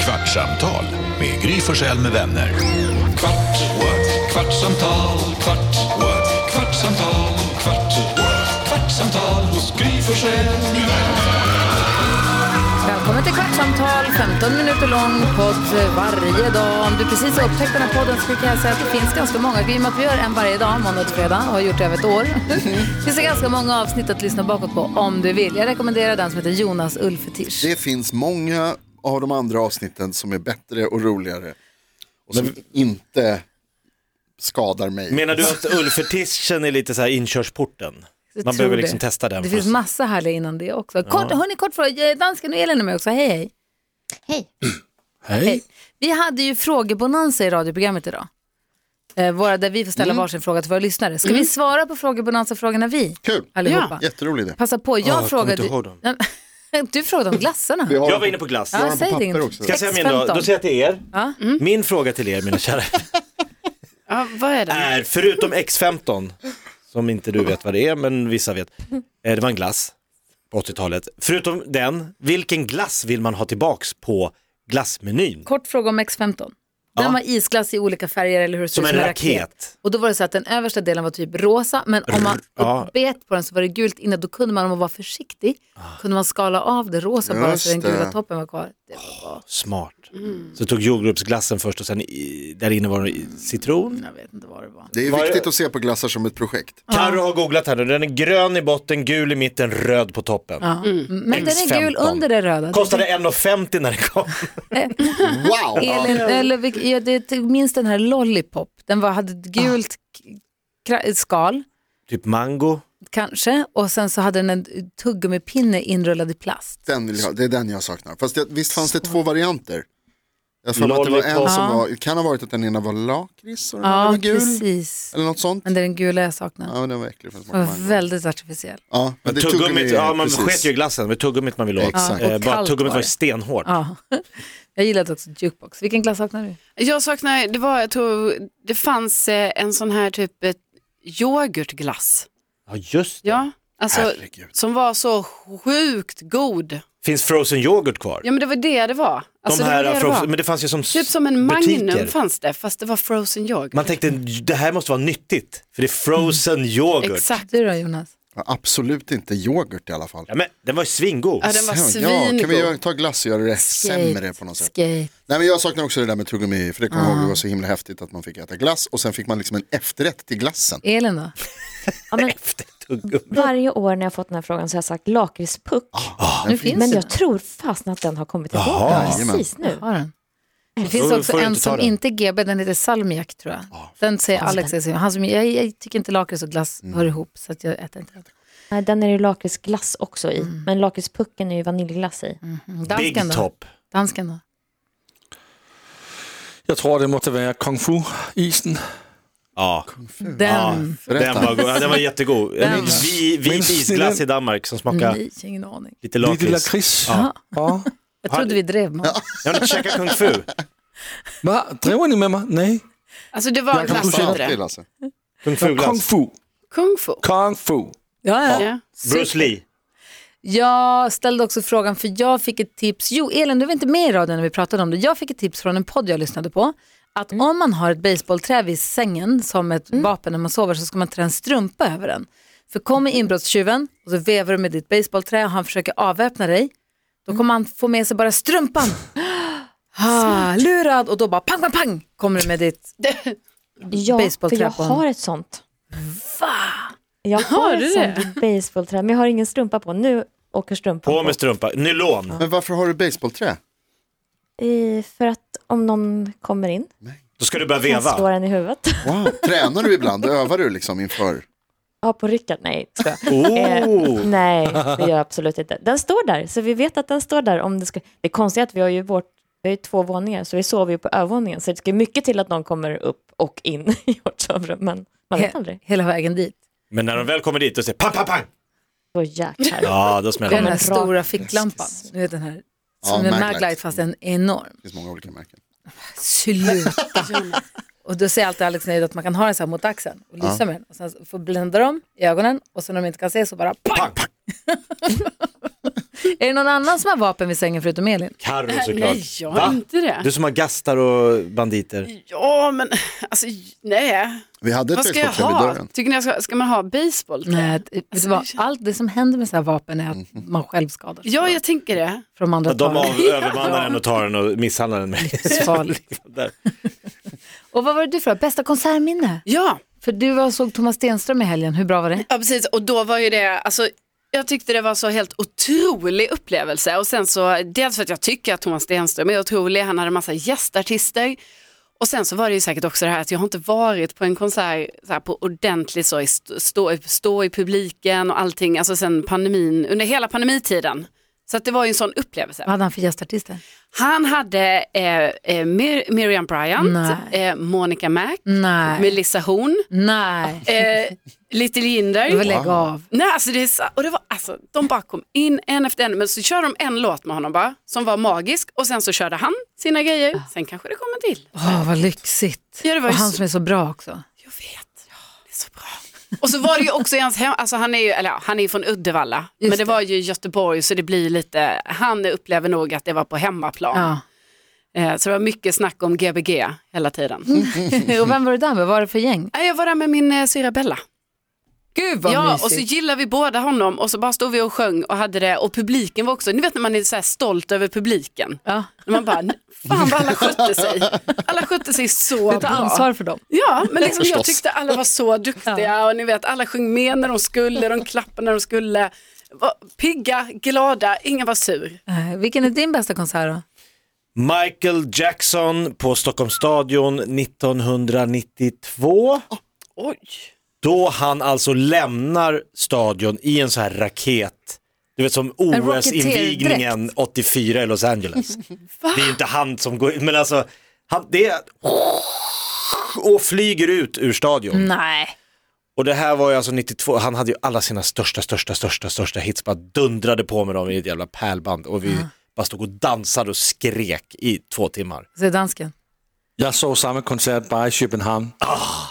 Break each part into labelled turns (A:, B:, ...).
A: Kvartsamtal med Gry Forssell med vänner. Kvart, what? kvartsamtal, kvart, what? kvartsamtal, kvart, what? kvartsamtal hos Gry Forssell med vänner.
B: Välkommen till Kvartsamtal, 15 minuter lång podd varje dag. Om du precis har upptäckt den här podden så kan jag säga att det finns ganska många. I och med att vi gör en varje dag, måndag till fredag, och har gjort det över ett år. det finns ganska många avsnitt att lyssna bakåt på om du vill. Jag rekommenderar den som heter Jonas Ulfetisch.
C: Det finns många av de andra avsnitten som är bättre och roligare och som inte skadar mig.
D: Menar du att Ulfertischen är lite så här inkörsporten?
B: Jag
D: Man
B: tror
D: behöver
B: det.
D: liksom testa den
B: Det
D: först.
B: finns massa härliga innan det också. Kort, Hörni, kort fråga. Eh, Dansken och Elin är med också. Hej, hej. Hej. Hej. Vi hade ju frågebonanza i radioprogrammet idag. Eh, våra, där vi får ställa
D: Mm.
B: varsin fråga till våra lyssnare. Ska vi svara på frågebonanza-frågorna vi?
C: Kul,
B: Allihopa.
C: jätterolig idé.
B: Passa på, jag
D: kommer
B: frågade...
D: inte ihåg dem.
B: Nej, men- du frågade om glassarna.
C: Vi har
D: Jag var inne på glass.
B: Ja,
C: dem på
B: säg det
C: papper
B: inte.
C: också.
D: Ska jag säga min då?
B: 6.15.
D: Då säger jag till er.
B: Ja. Mm.
D: Min fråga till er mina kära
E: Ja, vad är det?
D: är, förutom X15, som inte du vet vad det är, men vissa vet. Eh, Det var en glass på 80-talet. Förutom den, vilken glass vill man ha tillbaks på glassmenyn?
B: Kort fråga om X15. Den
D: Ja.
B: var isglass i olika färger eller hur det
D: Som
B: ser ut,
D: en raket.
B: Och då var det så att den översta delen var typ rosa, men om man
D: ja.
B: bet på den så var det gult innan. Då kunde man, om man var försiktig,
D: Ah.
B: kunde man skala av det rosa bara
C: Just
B: så den gula
C: det.
B: toppen var kvar. Det var bra.
D: Smart.
B: Mm.
D: Så tog jordgubbsglassen först och sen i, där inne var det i- citron.
B: Jag vet inte vad det var.
C: Det är
D: Vad är-
C: viktigt att se på glassar som ett projekt.
D: Carro har googlat här nu, den är grön i botten, gul i mitten, röd på toppen.
B: Ja. Mm. Men den är
D: X15.
B: gul under det röda.
D: Kostade 1,50 när den kom.
C: Wow!
B: Elin, eller, vilk- ja, det, minst den här Lollipop. Den var, hade
D: Ah.
B: ett gult k- kra- skal,
D: typ mango.
B: kanske, och sen så hade den en tuggummipinne inrullad i plast.
C: Den vill jag, det är den jag saknar. Fast jag, visst fanns det två varianter? Jag tror att det var en
D: Lollipop.
C: som var, det kan ha varit att den ena var lakrits och den andra
B: Ja,
C: var gul.
B: precis.
C: Eller något sånt.
B: Men det är den gula jag saknar.
C: Ja, men den var äcklig. för
B: Den
C: att smaka
B: var
C: mango.
B: väldigt artificiell.
C: Ja, men det tog
D: Tuggummit,
C: vi-
D: ja man
C: precis.
D: sket ju i glassen, men tuggummit man ville åt.
C: Exakt.
D: Eh,
B: Och
D: bara
B: kallt
D: tuggummit
B: var
D: var
B: det.
D: ju stenhårt.
B: Ja. Jag gillade också jukebox. Vilken glass saknar du?
E: Jag saknar, det var, jag tror, det fanns eh, en sån här typ eh, yoghurtglass.
D: Ja just det.
E: Ja, alltså
C: Herregud.
E: som var så sjukt god.
D: Finns frozen yoghurt kvar?
E: Ja men det var det det var. Alltså,
D: De
E: det
D: här,
E: var det det
D: frozen,
E: var.
D: men det fanns ju som
E: Typ som en
D: butiker.
E: Magnum fanns det, fast det var frozen yoghurt.
D: Man tänkte det här måste vara nyttigt, för det är frozen yoghurt.
E: Mm. Exakt.
B: Du då Jonas?
C: Ja, Absolut inte yoghurt i alla fall.
D: Ja, men den var ju svingod.
E: Ja, den var
C: Ja,
E: svingod.
C: kan vi göra- ta glass och göra det sämre på något sätt?
B: Skate.
C: Nej men jag saknar också det där med tuggummi, för det kommer jag ihåg det var så himla häftigt att man fick äta glass och sen fick man liksom en efterrätt till glassen.
B: Elin då?
F: Ja, men
D: Efter tuggummi.
F: varje år när jag fått den här frågan så har jag sagt lakritspuck.
B: nu finns
F: men
B: den.
F: jag tror fasen att den har kommit
D: Jaha.
F: tillbaka precis nu.
B: Har den. Det finns
D: Då
B: också
D: får du
B: en
D: inte ta
B: som
D: den.
B: inte är GB, den heter salmiak tror jag. Den säger Alex, är sin- han som, jag, jag tycker inte lakrits och glass
D: Mm.
B: hör ihop så att jag äter inte den.
F: Nej, den är det lakritsglass också i. Men lakritspucken är ju vaniljglass i.
B: Mm,
D: Big
B: Dansken då?
D: top.
B: Dansken då?
G: Jeg tror, det måtte være Kung Fu-isen.
D: Ja,
B: Den?
D: den var, go- ja, den var jättegod.
B: Den
D: En
B: var-
D: vi- Vit
G: Minns ni
D: isglass
G: den?
D: i Danmark som smakade
E: Mm.
B: Nej, ingen aning.
D: lite
G: Lille
D: lakrits.
G: lakrids. Ja. Ja.
B: Jag trodde vi drev med honom.
D: Jag har inte käkat kung fu.
G: Hvad? Driver ni med mig? Nej.
E: Alltså det var en
G: Jag kan
E: glass,
G: fortsätta
E: hette det.
C: Alltså.
D: Kung fu-glass.
G: Kung Fu.
E: Kung fu.
G: Kung Fu.
B: Ja, ja.
E: Ja.
D: Bruce Lee.
B: Jag ställde också frågan för jag fick ett tips. Jo, Elin, du var inte med i radion när vi pratade om det. Jag fick ett tips från en podd jag lyssnade på. Att
F: Mm.
B: om man har ett baseballträ vid sängen som ett vapen när man sover så ska man trä en strumpa över den. För kommer inbrottstjuven och så vevar du med ditt baseballträ och han försöker avväpna dig,
F: Mm.
B: då kommer han få med sig bara strumpan. Ah, lurad och då bara pang, pang, pang kommer du med ditt.
F: Ja, för jag
B: Baseballträ på honom.
F: har ett sånt. Va? Jag har,
E: du
F: ett sånt basebollträ, men jag har ingen strumpa på. Nu åker strumpan
D: På
F: på.
D: med strumpa. Nylon.
C: Men varför har du baseballträ?
F: I, för att om någon kommer in,
D: Då ska du börja
F: kan
D: veva.
F: slå den i huvudet.
C: Wow. Tränar du ibland? Övar du liksom inför?
F: Ja, på Rickard, nej. tror jag.
D: Oh.
F: Eh, nej, det gör jag absolut inte. Den står där, så vi vet att den står där. Om det, ska... det är konstigt att vi har ju vårt vi har ju två våningar, så vi sover ju på övervåningen. Så det ska mycket till att någon kommer upp och in i vårt sovrum, men man vet aldrig.
B: Hela vägen dit.
D: Men när de väl kommer dit, då säger pang, pang, pang.
F: Så jäklar.
D: Ja, då
B: Det är
D: smäller
B: den
D: de.
B: här
F: men bra.
B: stora ficklampan. Nu vet den här,
C: Ja,
B: som en
C: Maglite.
B: maglite fast en enorm.
C: Det finns många olika märken.
B: sluta. och då säger alltid Alex nöjd att man kan ha den så här mot axeln och lysa med den. Och sen så får blända dem i ögonen och sen när de inte kan se så bara pang!
D: Pang, pang.
B: Är det någon annan som har vapen vid sängen förutom Elin?
D: Carro såklart.
E: Nej, jag har
D: Va?
E: inte det.
D: Du som har gastar och banditer.
E: Ja, men alltså, nej.
C: Vi hade ett
E: Vad ska jag
C: högskottkärr vid
E: ha?
C: dörren.
E: Tycker ni jag ska, ska man ha baseball?
B: Nej, det- vet
E: alltså,
B: du vad? Allt det som händer med sådana här vapen är att man själv skadar sig.
E: Ja, jag tänker det.
B: För de andra
D: Att de
B: tar
D: av,
B: det.
D: övermannar den och tar den och misshandlar den. Med.
B: Livsfarligt.
D: Där.
B: Och vad var det du frågade? Bästa konsertminne?
E: Ja,
B: För du var och såg Thomas Stenström i helgen, hur bra var det?
E: ja precis. Och då var ju det, alltså, jag tyckte det var så helt otrolig upplevelse. Och sen så, dels för att jag tycker att Thomas Stenström är otrolig, han hade massa gästartister. Och sen så var det ju säkert också det här att jag har inte varit på en konsert så här, på ordentligt så, i st- stå, stå i publiken och allting, alltså sen pandemin, under hela pandemitiden. Så att det var ju en sån upplevelse.
B: Vad hade han för gästartister?
E: Han hade eh, eh, Mir- Miriam Bryant,
B: Nej.
E: eh, Monica Mac,
B: Nej,
E: Melissa Horn,
B: nej,
E: eh, Little
B: det var
E: Jinder.
B: lägg av.
E: Nej, alltså det är så, och det var, alltså, de bara kom in en efter en, men så körde de en låt med honom bara, som var magisk och sen så körde han sina grejer, sen kanske det kommer till.
B: Åh, vad lyxigt.
E: Ja, det var
B: och
E: ju
B: han
E: så-
B: som är så bra också.
E: Jag vet, det är så bra. Och så var det ju också i hans hem, alltså han är ju, eller ja, han är ju från Uddevalla, men det
B: det.
E: var ju Göteborg så det blir ju lite, han upplever nog att det var på hemmaplan.
B: Ja.
E: Eh, Så det var mycket snack om Gbg hela tiden.
B: och vem var det där med? Vad var det för gäng?
E: Nej, Jag var där med min eh, syrra Bella.
B: Gud vad
E: ja,
B: mysigt.
E: och så gillade vi båda honom och så bara stod vi och sjöng och hade det och publiken var också, ni vet när man är så här stolt över publiken.
B: ja.
E: När man bara, "Nej, fan vad alla skötte sig. Alla skötte sig så
B: Du
E: bra.
B: tar ansvar för dem.
E: Ja, men liksom, jag
D: Förstås.
E: tyckte alla var så duktiga och ni vet alla sjöng med när de skulle, de klappade när de skulle. Var pigga, glada, ingen var sur.
B: Eh, Vilken är din bästa konsert då?
D: Michael Jackson på Stockholms stadion 1992.
E: Oj,
D: Då han alltså lämnar stadion i en så här raket. Du vet som OS-invigningen 84 i Los Angeles. det är ju inte han som går men alltså han, det är och flyger ut ur stadion.
B: Mm. Nej.
D: Och det här var ju alltså 92, han hade ju alla sina största, största, största, största hits, bara dundrade på med dem i ett jävla pärlband och vi bara stod och dansade och skrek i två timmar.
B: Så är dansken.
G: Jeg så samme koncert bare i København,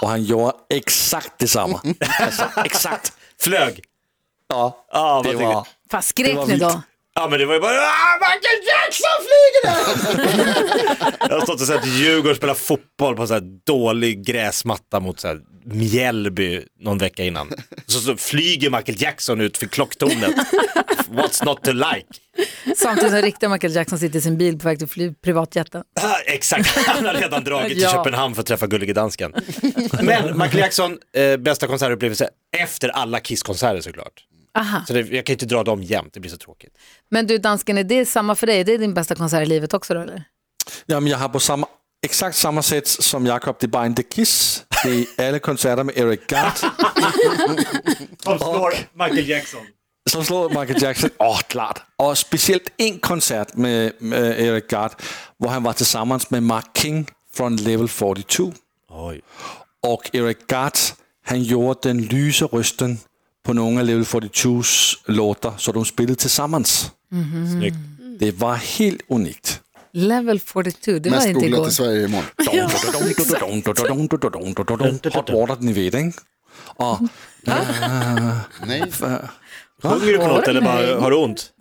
G: og han gjorde exakt det samme. altså, exakt.
D: Alltså, Flög!
G: Ja,
D: Ja, vad
G: det
D: tycker-
G: var...
B: Fast skrek
G: var
B: ni
G: vitt.
B: då?
D: Ja men det var ju bara "Ah, Michael Jackson flyger där! jag har stått och sett Djurgården spela fotboll på så här dålig gräsmatta mot så här Mjällby någon vecka innan. Så, så flyger Michael Jackson ut för klocktornet. What's not to like?
B: Samtidigt som riktiga Michael Jackson sitter i sin bil på väg till fly- privatjeten.
D: Ah, exakt, han har redan dragit till
B: Ja.
D: Köpenhamn för att träffa Gullige Dansken. Men Michael Jackson, eh, bästa konsertupplevelse efter alla Kiss-konserter såklart.
B: Aha.
D: Så det, jag kan ju inte dra dem jämt, det blir så tråkigt.
B: Men du dansken, är det samma för dig? Är det din bästa konsert i livet också då eller?
G: Jamen, jeg har på samme, exakt samme sæt som Jakob Det er bare en The Kiss. Det er alle koncerter med Eric Gart,
D: Som slår Michael Jackson.
G: som slår Michael Jackson. Åh, oh, klart. Og specielt en koncert med, med Eric Gart, hvor han var sammen med Mark King fra Level 42.
D: Oj.
G: Og Eric Gart, han gjorde den lyse rysten på nogle af Level 42's låter, så de spillede til sammen.
D: Snyggt.
G: Det var helt unikt.
B: Level 42, det var
C: Mest
B: inte igår.
C: googlat i Sverige imorgon.
G: Hot water den i ved, ikke? Og øh,
C: Nej,
D: Sjunger du på något eller bara har du ont?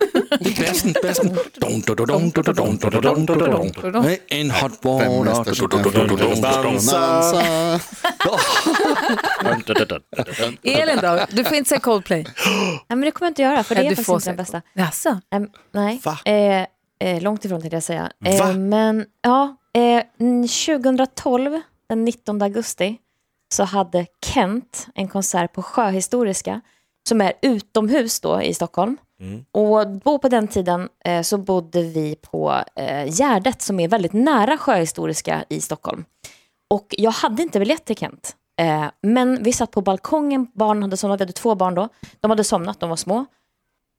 G: bassen, bassen. Med en hot water.
D: Dansa!
C: dansa.
B: Elin då? Du får inte säga Coldplay.
F: Nej, men det kommer jag inte göra, för det
B: Nej,
F: är
B: du
F: faktiskt
B: får
F: inte den
B: säga
F: bästa.
B: Jaså?
F: Em, nej,
D: Va?
F: Eh, eh, långt ifrån tänkte jag säga.
D: Va?
F: Eh, men ja, eh, mm, 2012, den 19 augusti, så hade Kent en konsert på Sjöhistoriska som är utomhus då i Stockholm.
D: Mm.
F: Och då på den tiden eh, så bodde vi på eh, Gärdet som är väldigt nära Sjöhistoriska i Stockholm. Och jag hade inte biljett till Kent. Eh, men vi satt på balkongen, barnen hade somnat, vi hade två barn då. De hade somnat, de var små.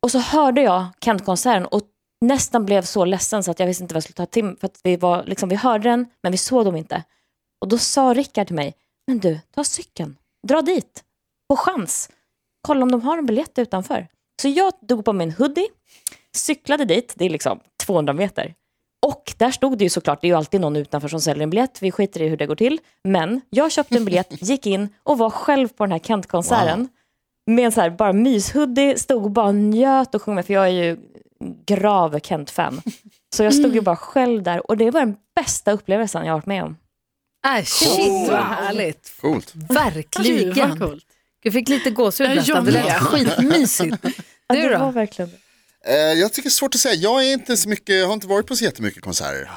F: Och så hörde jag Kent-konserten och nästan blev så ledsen så att jag visste inte vad jag skulle ta till För att vi, var, liksom, vi hörde den, men vi såg dem inte. Och då sa Rickard till mig, men du, ta cykeln, dra dit, på chans. Kolla om de har en biljett utanför. Så jag tog på mig en hoodie, cyklade dit, det är liksom 200 meter. Och där stod det ju såklart, det är ju alltid någon utanför som säljer en biljett, vi skiter i hur det går till. Men jag köpte en biljett, gick in och var själv på den här Kent-konserten med en så här bara myshoodie, stod och bara njöt och sjöng med, för jag är ju grav Kent-fan. Så jag stod ju bara själv där och det var den bästa upplevelsen jag har varit med om.
B: Äh, shit vad härligt.
C: Coolt.
E: Gud, vad
B: Verkligen.
E: Alltså, coolt.
B: Jag fick lite gåshud
E: Ja,
B: nästan.
E: jag
B: Det lät
E: med.
B: skitmysigt.
F: Ja,
B: Du
F: det var
B: då?
F: verkligen
C: Eh, jag tycker det är svårt att säga. Jag, är inte så mycket, jag har inte varit på så jättemycket konserter.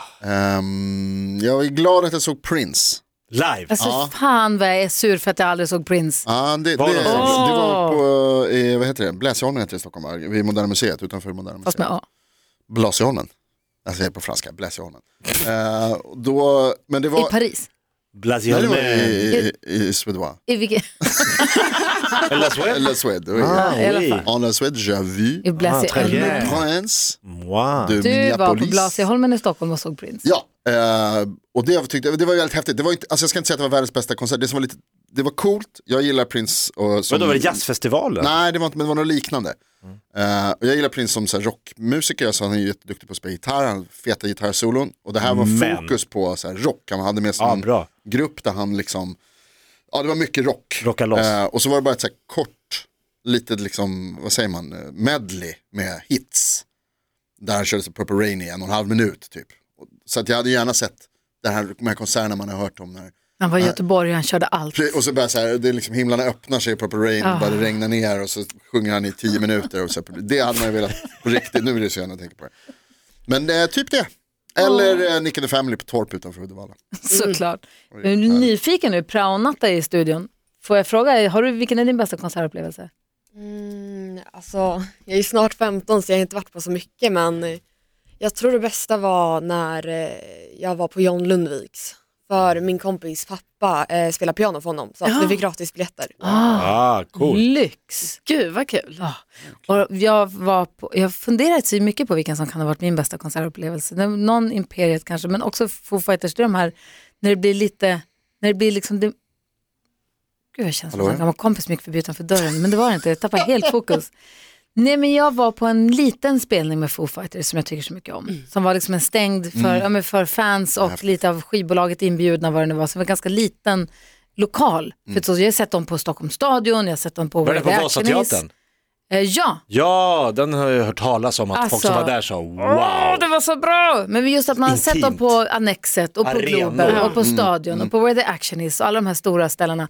C: Ehm, jag är glad att jag såg Prince.
D: Live.
B: Alltså fan vad jag är sur för att jag aldrig såg Prince.
C: Ja, det, det,
D: Var
C: det,
D: det någonstans?
C: var på eh, vad heter det? Blasieholmen heter det i Stockholm, va? vid Moderna Museet, utanför Moderna
B: Fast
C: Museet.
B: med A.
C: Blasieholmen. Alltså jag är på franska, Blasieholmen. Eh, då, men det var...
B: I Paris.
C: Nej, det var i,
D: Blasé
C: i, i, i Suédois.
B: I, vilket,
C: Eller Suède. oui.
B: i alla fall.
C: En la Suède, j'ai vu.
B: Ah, I Blassie
D: Ah, très
B: Elmer.
D: bien.
C: Prince
D: Mm. Wow.
C: de
B: Du
C: Minneapolis.
B: var på Blasieholmen i Stockholm och såg Prince.
C: Ja, eh, och det, jag tyckte, det var väldigt häftigt. Det var inte, alltså jag ska inte säga att det var världens bästa konsert, det, som var lite, det var coolt, jag gillar Prince. Och, som,
D: Vadå, var det jazzfestivalen?
C: Nej, det var inte, men det var något liknande. Eh, och jag gillar Prince som så här, rockmusiker, så han är ju jätteduktig på att spela gitarr, han har feta gitarrsolon. Och det här var
D: Men.
C: fokus på så här, rock, han hade med sig
D: Ja,
C: en
D: bra.
C: grupp där han liksom, ja det var mycket rock.
D: Rocka loss.
C: Eh, och så var det bara ett så här, kort, litet liksom, vad säger man, eh, medley med hits. Där han körde så Purple Rain i en och en halv minut typ. Och- Så att jag hade gärna sett den här, de här konserterna man har hört om. När,
B: Han var i Göteborg och han körde allt.
C: Pre- Och så börjar så här, det är liksom himlarna öppnar sig i Purple Rain, bara det regnar ner och så sjunger han i tio minuter. Och så här, det hade man ju velat på riktigt, nu är det så jag tänker på det. Men eh, typ det. Eller eh, Nick and the Family på Torp utanför Uddevalla.
B: Såklart. Jag är nyfiken nu, praonatta är i studion. Får jag fråga, har du, vilken är din bästa konsertupplevelse?
H: Mm, alltså, jag är snart 15 så jag har inte varit på så mycket men eh, jag tror det bästa var när eh, jag var på John Lundviks. För min kompis pappa eh, spelar piano för honom så att vi fick gratisbiljetter.
D: Ah, cool.
B: Lyx. Ah.
E: Gud vad kul.
B: Och jag, var på, jag har funderat så mycket på vilken som kan ha varit min bästa konsertupplevelse. Det var Någon Imperiet kanske, men också Foo Fighters dröm här. När det blir lite, när det blir liksom... Det... Gud, jag känns som
C: Hallå?
B: en gammal kompis som gick förbi utanför dörren, men det var det inte. Jag tappade helt fokus. Nej, men jag var på en liten spelning med Foo Fighters som jag tycker så mycket om. Som var liksom en stängd för,
D: Mm.
B: ja, men för fans och lite av skivbolaget inbjudna, vad det nu var. Så det var en ganska liten lokal. För så, jag har sett dem på Stockholmstadion, jag har sett dem på...
D: Mm. Var det på
B: Västerås.
D: Vasateatern?
B: Eh, ja,
D: Ja, den har jag hört talas om att folk
B: Alltså.
D: som var där sa
B: Åh,
D: wow.
B: det var så bra! Men just att man har sett dem
D: Intimt.
B: på Annexet och på
D: Arenor.
B: Globen och på
D: Mm,
B: Stadion och på Where the Action Is och alla de här stora ställena.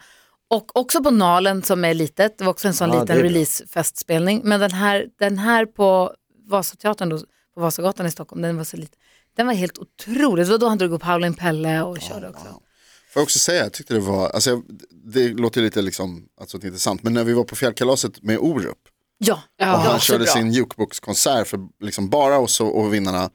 B: Och också på Nalen som är litet, det var också en sån
D: Ja, det
B: liten
D: är bra.
B: releasefestspelning. Men den här, den här på Vasateatern, då, på Vasagatan i Stockholm, den var så liten. Den var helt otrolig, det var då han drog upp Howlin' Pelle och körde också.
C: Får jag också säga, jag tyckte det var, alltså, jag- det låter lite liksom, alltså, inte sant, men när vi var på fjällkalaset med Orup
B: Ja,
C: och han
E: Ja, så
C: körde
E: bra.
C: sin jukeboxkonsert för liksom bara oss och, och vinnarna.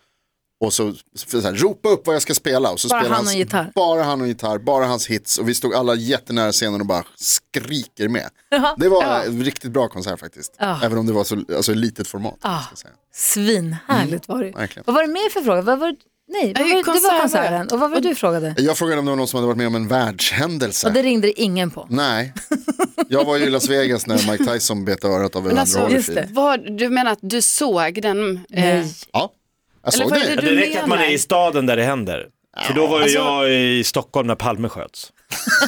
C: Och så, så här, ropa upp vad jag ska spela. Och så
B: Bara
C: spelade
B: han och
C: hans-
B: gitarr.
C: Bara han och gitarr, bara hans hits. Och vi stod alla jättenära scenen och bara skriker med. Det var en riktigt bra konsert faktiskt. Även om det var så alltså, i litet format. Ska jag säga.
B: svinhärligt
D: Mm,
B: var det ju.
C: verkligen.
B: Vad var det mer för fråga? Vad var, nej, vad
E: Nej,
B: var, det
E: konsert var
B: var
E: det.
B: konserten. Och vad var det du frågade?
C: Jag frågade om det var någon som hade varit med om en världshändelse.
B: Och det ringde det ingen på.
C: Nej, jag var ju i Las Vegas när Mike Tyson bet örat av en
E: Men
C: andra
E: alltså,
B: just det.
C: Holyfield.
E: Vad, du menar att du såg den? Eh,
B: Nej.
C: Ja, jag
E: Eller
C: såg
E: vad är
C: det.
E: det
D: Det
E: du
D: räcker att man är
E: menar?
D: i staden där det händer. För då var ju
E: Alltså-
D: jag i Stockholm när Palme sköts.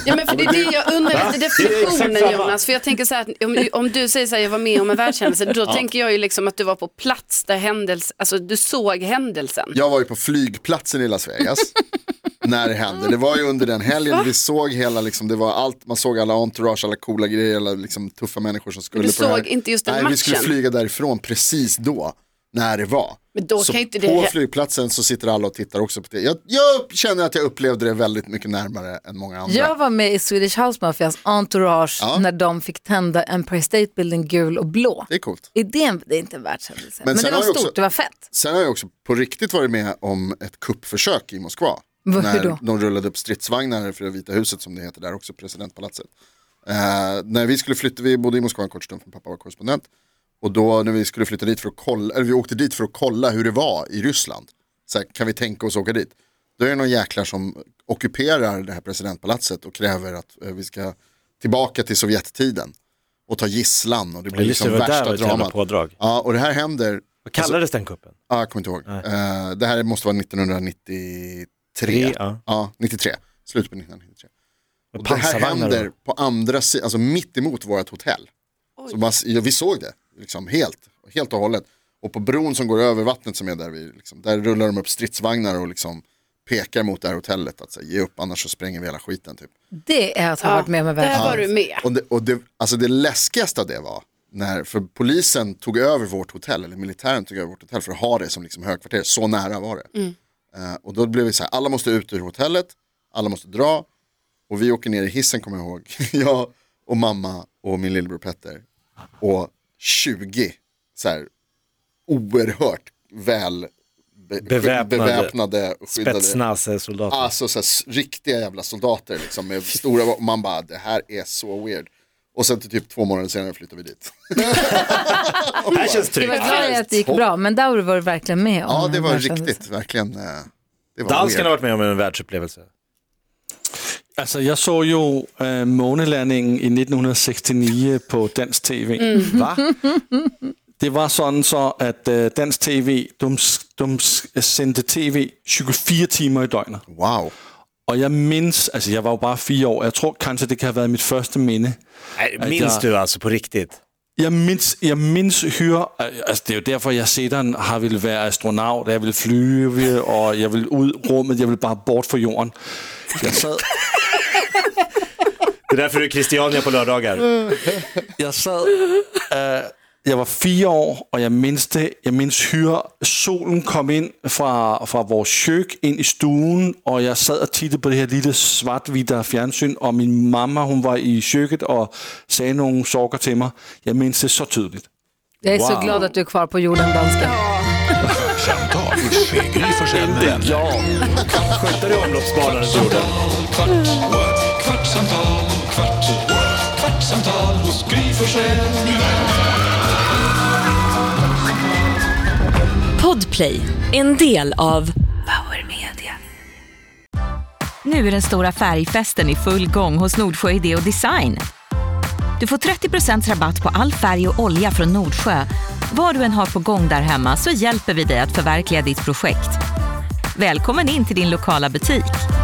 E: Ja, men för det är det jag undrar efter
D: exakt
E: definitionen
D: samma.
E: Jonas. För jag tänker så här, att om, om du säger så här, jag var med om en världshändelse, då tänker jag ju liksom att du var på plats där händelsen, alltså du såg händelsen.
C: Jag var ju på flygplatsen i Las Vegas när det hände. Det var ju under den helgen vi såg hela, liksom, det var allt, man såg alla entourage, alla coola grejer, alla liksom, tuffa människor som skulle
E: du
C: på det här.
E: såg inte just den
C: Nej, vi
E: matchen?
C: skulle flyga därifrån precis då, när det var.
E: Men då
C: så
E: kan ju inte det-
C: på flygplatsen så sitter alla och tittar också på det. Jag, jag känner att jag upplevde det väldigt mycket närmare än många andra.
B: Jag var med i Swedish House Mafias entourage
C: Ja.
B: när de fick tända Empire State Building gul och blå.
C: Det är coolt.
B: Är det, en, det är inte en världshändelse. Men,
C: Men
B: det
C: sen
B: var
C: har jag
B: stort,
C: också-
B: det var fett.
C: Sen har jag också på riktigt varit med om ett kuppförsök i Moskva.
B: Va- hur
C: när
B: då?
C: de rullade upp stridsvagnar för Vita huset som det heter där också, presidentpalatset. Eh, när vi skulle flytta, vi bodde i Moskva en kort stund för pappa var korrespondent. Och då när vi skulle flytta dit för att kolla, eller vi åkte dit för att kolla hur det var i Ryssland. Så här, kan vi tänka oss åka dit? Då är det någon jäklar som ockuperar det här presidentpalatset och kräver att eh, vi ska tillbaka till Sovjettiden. Och ta gisslan och det blir
D: Ja, just det,
C: liksom
D: det var där det
C: värsta
D: var ett jävla
C: dramat.
D: pådrag.
C: Ja, och det här händer
D: Vad kallades den kuppen?
C: Ja, jag kommer inte ihåg. Eh, det här måste vara 1993.
D: Tre, ja.
C: Ja, 93. Slutet på 1993. Och det här
D: Pansarvagnar
C: händer
D: och-
C: på andra sidan, alltså mitt emot vårt hotell. Så man, ja, vi såg det, liksom helt, helt och hållet. Och på bron som går över vattnet som är där vi, liksom, där rullar de upp stridsvagnar och liksom pekar mot det här hotellet att så här, ge upp annars så spränger vi hela skiten typ.
B: Det är att ha varit med om en
E: där
B: värld.
E: var du med.
C: Och, det, och det, alltså det läskigaste av det var när, för polisen tog över vårt hotell, eller militären tog över vårt hotell för att ha det som liksom högkvarter, så nära var det. Eh, och då blev vi så här, alla måste ut ur hotellet, alla måste dra, och vi åker ner i hissen kommer jag ihåg, jag och mamma och min lillebror Petter, och 20 så här, oerhört väl be-
D: Beväpnade.
C: beväpnade och skyddade
D: Spetsnaz-soldater.
C: Alltså så här, s- riktiga jävla soldater liksom med stora, och man bara det här är så weird. Och sen till typ två månader senare flyttade vi dit.
D: det här känns
B: Det
D: tryggt.
B: var glad att det gick bra, men där var du verkligen med om
C: Ja det
B: en
C: var
B: världshandel.
C: riktigt, verkligen. eh, Det var
D: Dansken har
C: weird.
D: varit med om en världsupplevelse.
G: Altså, jeg så jo øh, månelandingen i 1969 på dansk tv. Mm. Det var sådan så, at øh, dansk tv, de, de sendte tv 24 timer i døgnet.
C: Wow.
G: Og jeg mindes, altså jeg var jo bare fire år, jeg tror kanskje det kan have været mit første minde.
D: Nej,
G: Att
D: minns
G: jag-
D: du alltså på riktigt?
G: Jeg mindes, jeg mindes hyre, øh, altså det er jo derfor, jeg sætteren har ville være astronaut, jeg ville flyve, og jeg ville ud i rummet, jeg ville bare bort fra jorden. Jeg sad,
D: Det är därför du är Christiania på lördagar.
G: jeg sad, øh, jeg var fire år, og jeg mindes det, jeg mindes hyre, solen kom ind fra, fra vores køkken ind i stuen, og jeg sad og tittede på det her lille svart-hvidte fjernsyn, og min mamma, hun var i køkkenet og sagde nogle sorger til mig. Jeg mindes det så tydeligt.
B: Jag är så
D: Wow.
B: glad att du är kvar på jorden, dansken.
E: 哦
A: Kvartsamtal med Gry Forssell med vänner.
D: Skötte du omloppsbanan du gjorde?
A: Kvart, what? kvartsamtal, kvart, what? kvartsamtal hos Gry Forssell med vänner.
I: Podplay, en del av Power Media. Nu är den stora färgfesten i full gång hos Nordsjö Idé och Design. Du får 30 rabatt på all färg och olja från Nordsjö. Vad du än har på gång där hemma så hjälper vi dig att förverkliga ditt projekt. Välkommen in till din lokala butik.